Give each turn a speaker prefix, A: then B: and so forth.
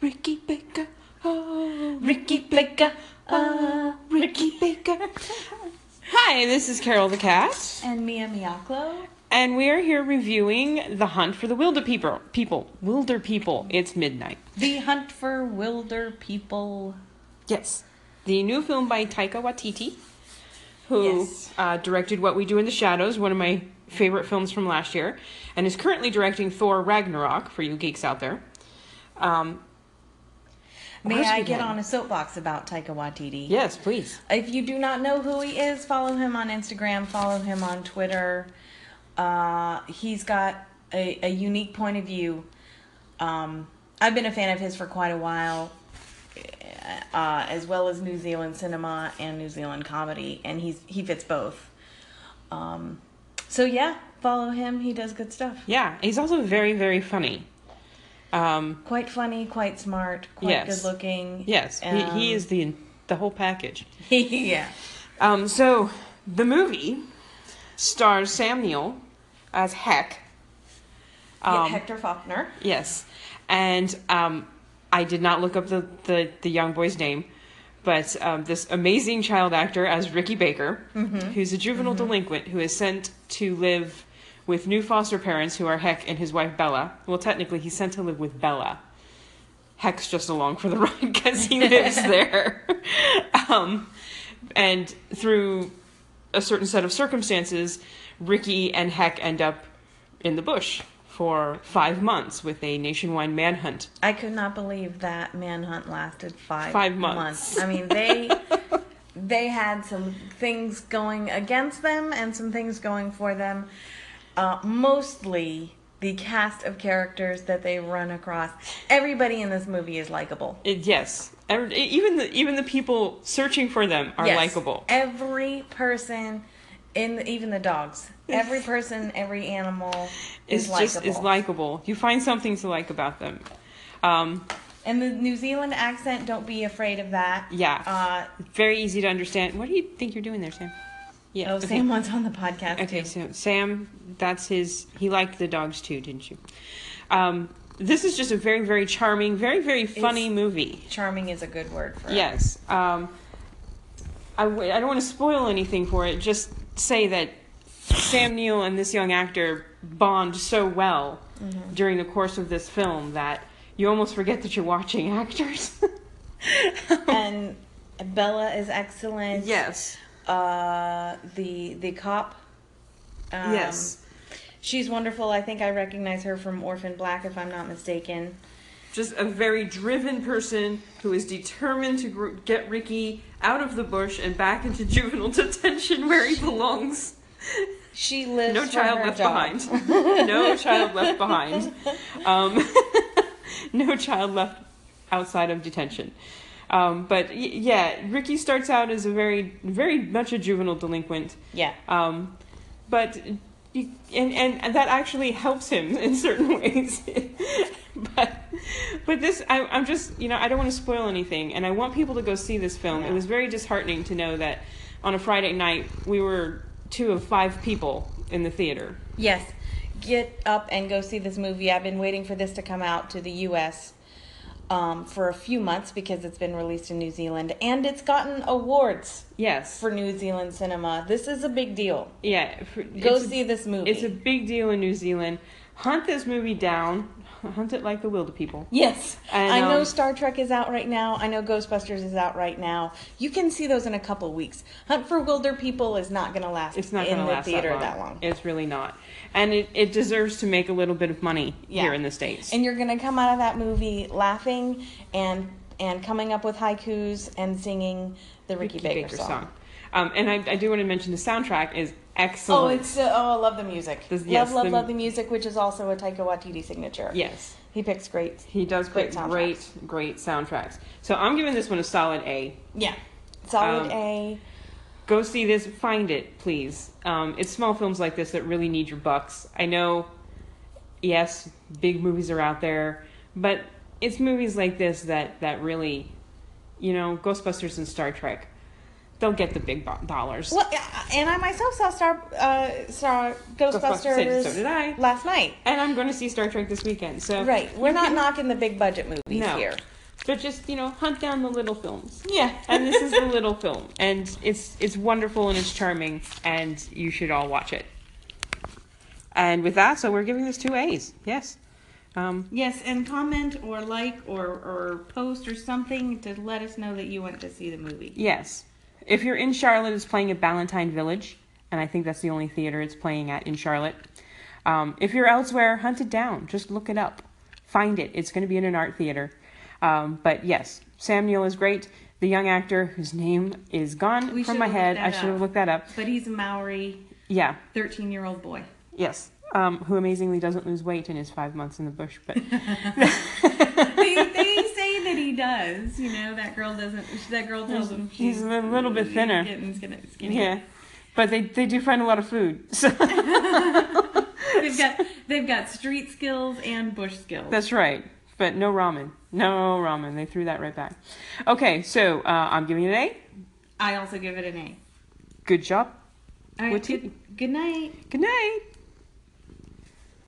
A: Ricky Baker. Oh,
B: Ricky Baker. Uh,
A: Ricky Baker. Hi, this is Carol the Cat,
B: and Mia Miyaklo.
A: and we are here reviewing The Hunt for the Wilder People. People. Wilder People. It's midnight.
B: The Hunt for Wilder People.
A: Yes. The new film by Taika Waititi, who
B: Yes.
A: uh, directed What We Do in the Shadows, one of my favorite films from last year, and is currently directing Thor Ragnarok for you geeks out there. Um,
B: May
A: Where's
B: I
A: he
B: get
A: been?
B: on a soapbox about Taika Waititi?
A: yes, please.
B: If you do not know who he is, follow him on Instagram, follow him on Twitter. Uh, he's got a, a unique point of view. Um, I've been a fan of his for quite a while, uh, as well as New Zealand cinema and New Zealand comedy, and he's he fits both. Um, so yeah, follow him. He does good stuff.
A: Yeah, he's also very, very funny. Um,
B: Quite funny, quite smart, quite
A: Yes.
B: good looking.
A: Yes, he, he
B: Um,
A: is the the whole package.
B: yeah.
A: Um, so the movie stars Samuel as Heck.
B: Yeah,
A: Um,
B: Hector Faulkner.
A: Yes, and um, I did not look up the the, the young boy's name, but um, this amazing child actor as Ricky Baker,
B: Mm-hmm.
A: who's a juvenile delinquent who is sent to live with new foster parents who are Heck and his wife Bella. Well, technically, he's sent to live with Bella. Heck's just along for the ride because he lives there. um, and through a certain set of circumstances, Ricky and Heck end up in the bush for five months with a nationwide manhunt.
B: I could not believe that manhunt lasted five
A: Five months.
B: I mean, they they had some things going against them and some things going for them. Uh, mostly the cast of characters that they run across. Everybody in this movie is likable.
A: It, yes, Every- e, even the even the people searching for them are
B: Yes.
A: likable.
B: Every person in the, even the dogs. Every person, every animal
A: It's
B: is
A: just
B: likable.
A: is likable. You find something to like about them. Um,
B: and the New Zealand accent, don't be afraid of that.
A: yeah,
B: Uh,
A: very easy to understand. What do you think you're doing there, Sam? Yeah.
B: oh, Sam was on the podcast
A: Okay,
B: too.
A: so Sam, that's his. He liked the dogs too, didn't you? Um, this is just a very, very charming, very, very funny
B: It's-
A: movie.
B: charming is a good word for it.
A: Yes. Um, I, w- I don't want to spoil anything for it. Just say that Sam Neill and this young actor bond so well
B: Mm-hmm.
A: during the course of this film that you almost forget that you're watching actors.
B: And Bella is excellent.
A: yes.
B: Uh, the the cop. Um,
A: yes.
B: She's wonderful. I think I recognize her from Orphan Black, if I'm not mistaken.
A: Just a very driven person who is determined to gr- get Ricky out of the bush and back into juvenile detention where he belongs.
B: She lives.
A: no
B: for
A: child
B: her
A: left
B: job.
A: behind no child left behind um, no child left outside of detention um, but y- yeah ricky starts out as a very very much a juvenile delinquent
B: Yeah.
A: um, but you, and, and and that actually helps him in certain ways but but this I, i'm just you know i don't want to spoil anything and i want people to go see this film it
B: Yeah.
A: was very disheartening to know that on a friday night we were two of five people in the theater
B: Yes. Get up and go see this movie. I've been waiting for this to come out to the U.S. Um, for a few months because it's been released in New Zealand and it's gotten awards
A: yes
B: for New Zealand cinema. This is a big deal.
A: yeah for-
B: Go
A: it's a-
B: see this movie.
A: it's a big deal in new zealand hunt this movie down hunt it like the wilder people
B: Yes.
A: And,
B: I know
A: um,
B: Star Trek is out right now. I know Ghostbusters is out right now. You can see those in a couple weeks. Hunt for Wilder People is not going to last
A: it's not
B: in
A: going to
B: the
A: last
B: theater
A: that, long. It's really not, and it, it deserves to make a little bit of money
B: Yeah.
A: here in the states.
B: And you're going to come out of that movie laughing and and coming up with haikus and singing the Ricky, Baker, song.
A: Um, and I, I do want to mention the soundtrack is excellent.
B: Oh, it's uh, oh, I love the music.
A: This- yes,
B: love, love,
A: the-
B: love the music, which is also a Taika Waititi signature.
A: yes,
B: he picks great.
A: he does
B: Great
A: great, great, great soundtracks. So I'm giving this one a solid A.
B: Yeah, solid
A: Um,
B: A.
A: Go see this, find it, please. Um, it's small films like this that really need your bucks. I know, yes, big movies are out there, but it's movies like this that that really, you know, Ghostbusters and Star Trek. they'll get the big bo- dollars.
C: Well, uh, and I myself saw Star uh, Star Ghostbusters
A: So did I.
C: last night.
A: And I'm going to see Star Trek this weekend. So
C: Right, we're
A: you
C: not
A: can-
C: knocking the big budget movies
A: No.
C: here.
A: But just you know, hunt down the little films.
C: Yeah,
A: And this is the little film, and it's it's wonderful and it's charming, and you should all watch it. And with that, so we're giving this two A's. Yes. Um,
B: Yes, and comment or like or, or post or something to let us know that you went to see the movie.
A: yes. If you're in Charlotte, it's playing at Ballantine Village, and I think that's the only theater it's playing at in Charlotte. Um, if you're elsewhere, hunt it down. Just look it up, find it. It's going to be in an art theater. Um, but yes, Sam Neill is great. The young actor whose name is gone
B: We
A: from
B: should
A: my
B: look
A: head.
B: that
A: I should
B: up.
A: have looked that up.
B: But he's a Maori
A: Yeah.
B: 13 year old boy.
A: Yes. Um, who amazingly doesn't lose weight in his five months in the bush, but
B: they, they say that he does. You know, that girl doesn't. That girl tells him
A: He's
B: she's
A: a little bit thinner.
B: Getting, skinny. skinny.
A: yeah. But they, they do find a lot of food. So
B: They've got they've got street skills and bush skills.
A: that's right. But no ramen. No ramen. They threw that right back. Okay, so uh, I'm giving it an A.
B: I also give it an A.
A: Good job.
B: All right,
A: What do
B: good, good night.
A: Good night.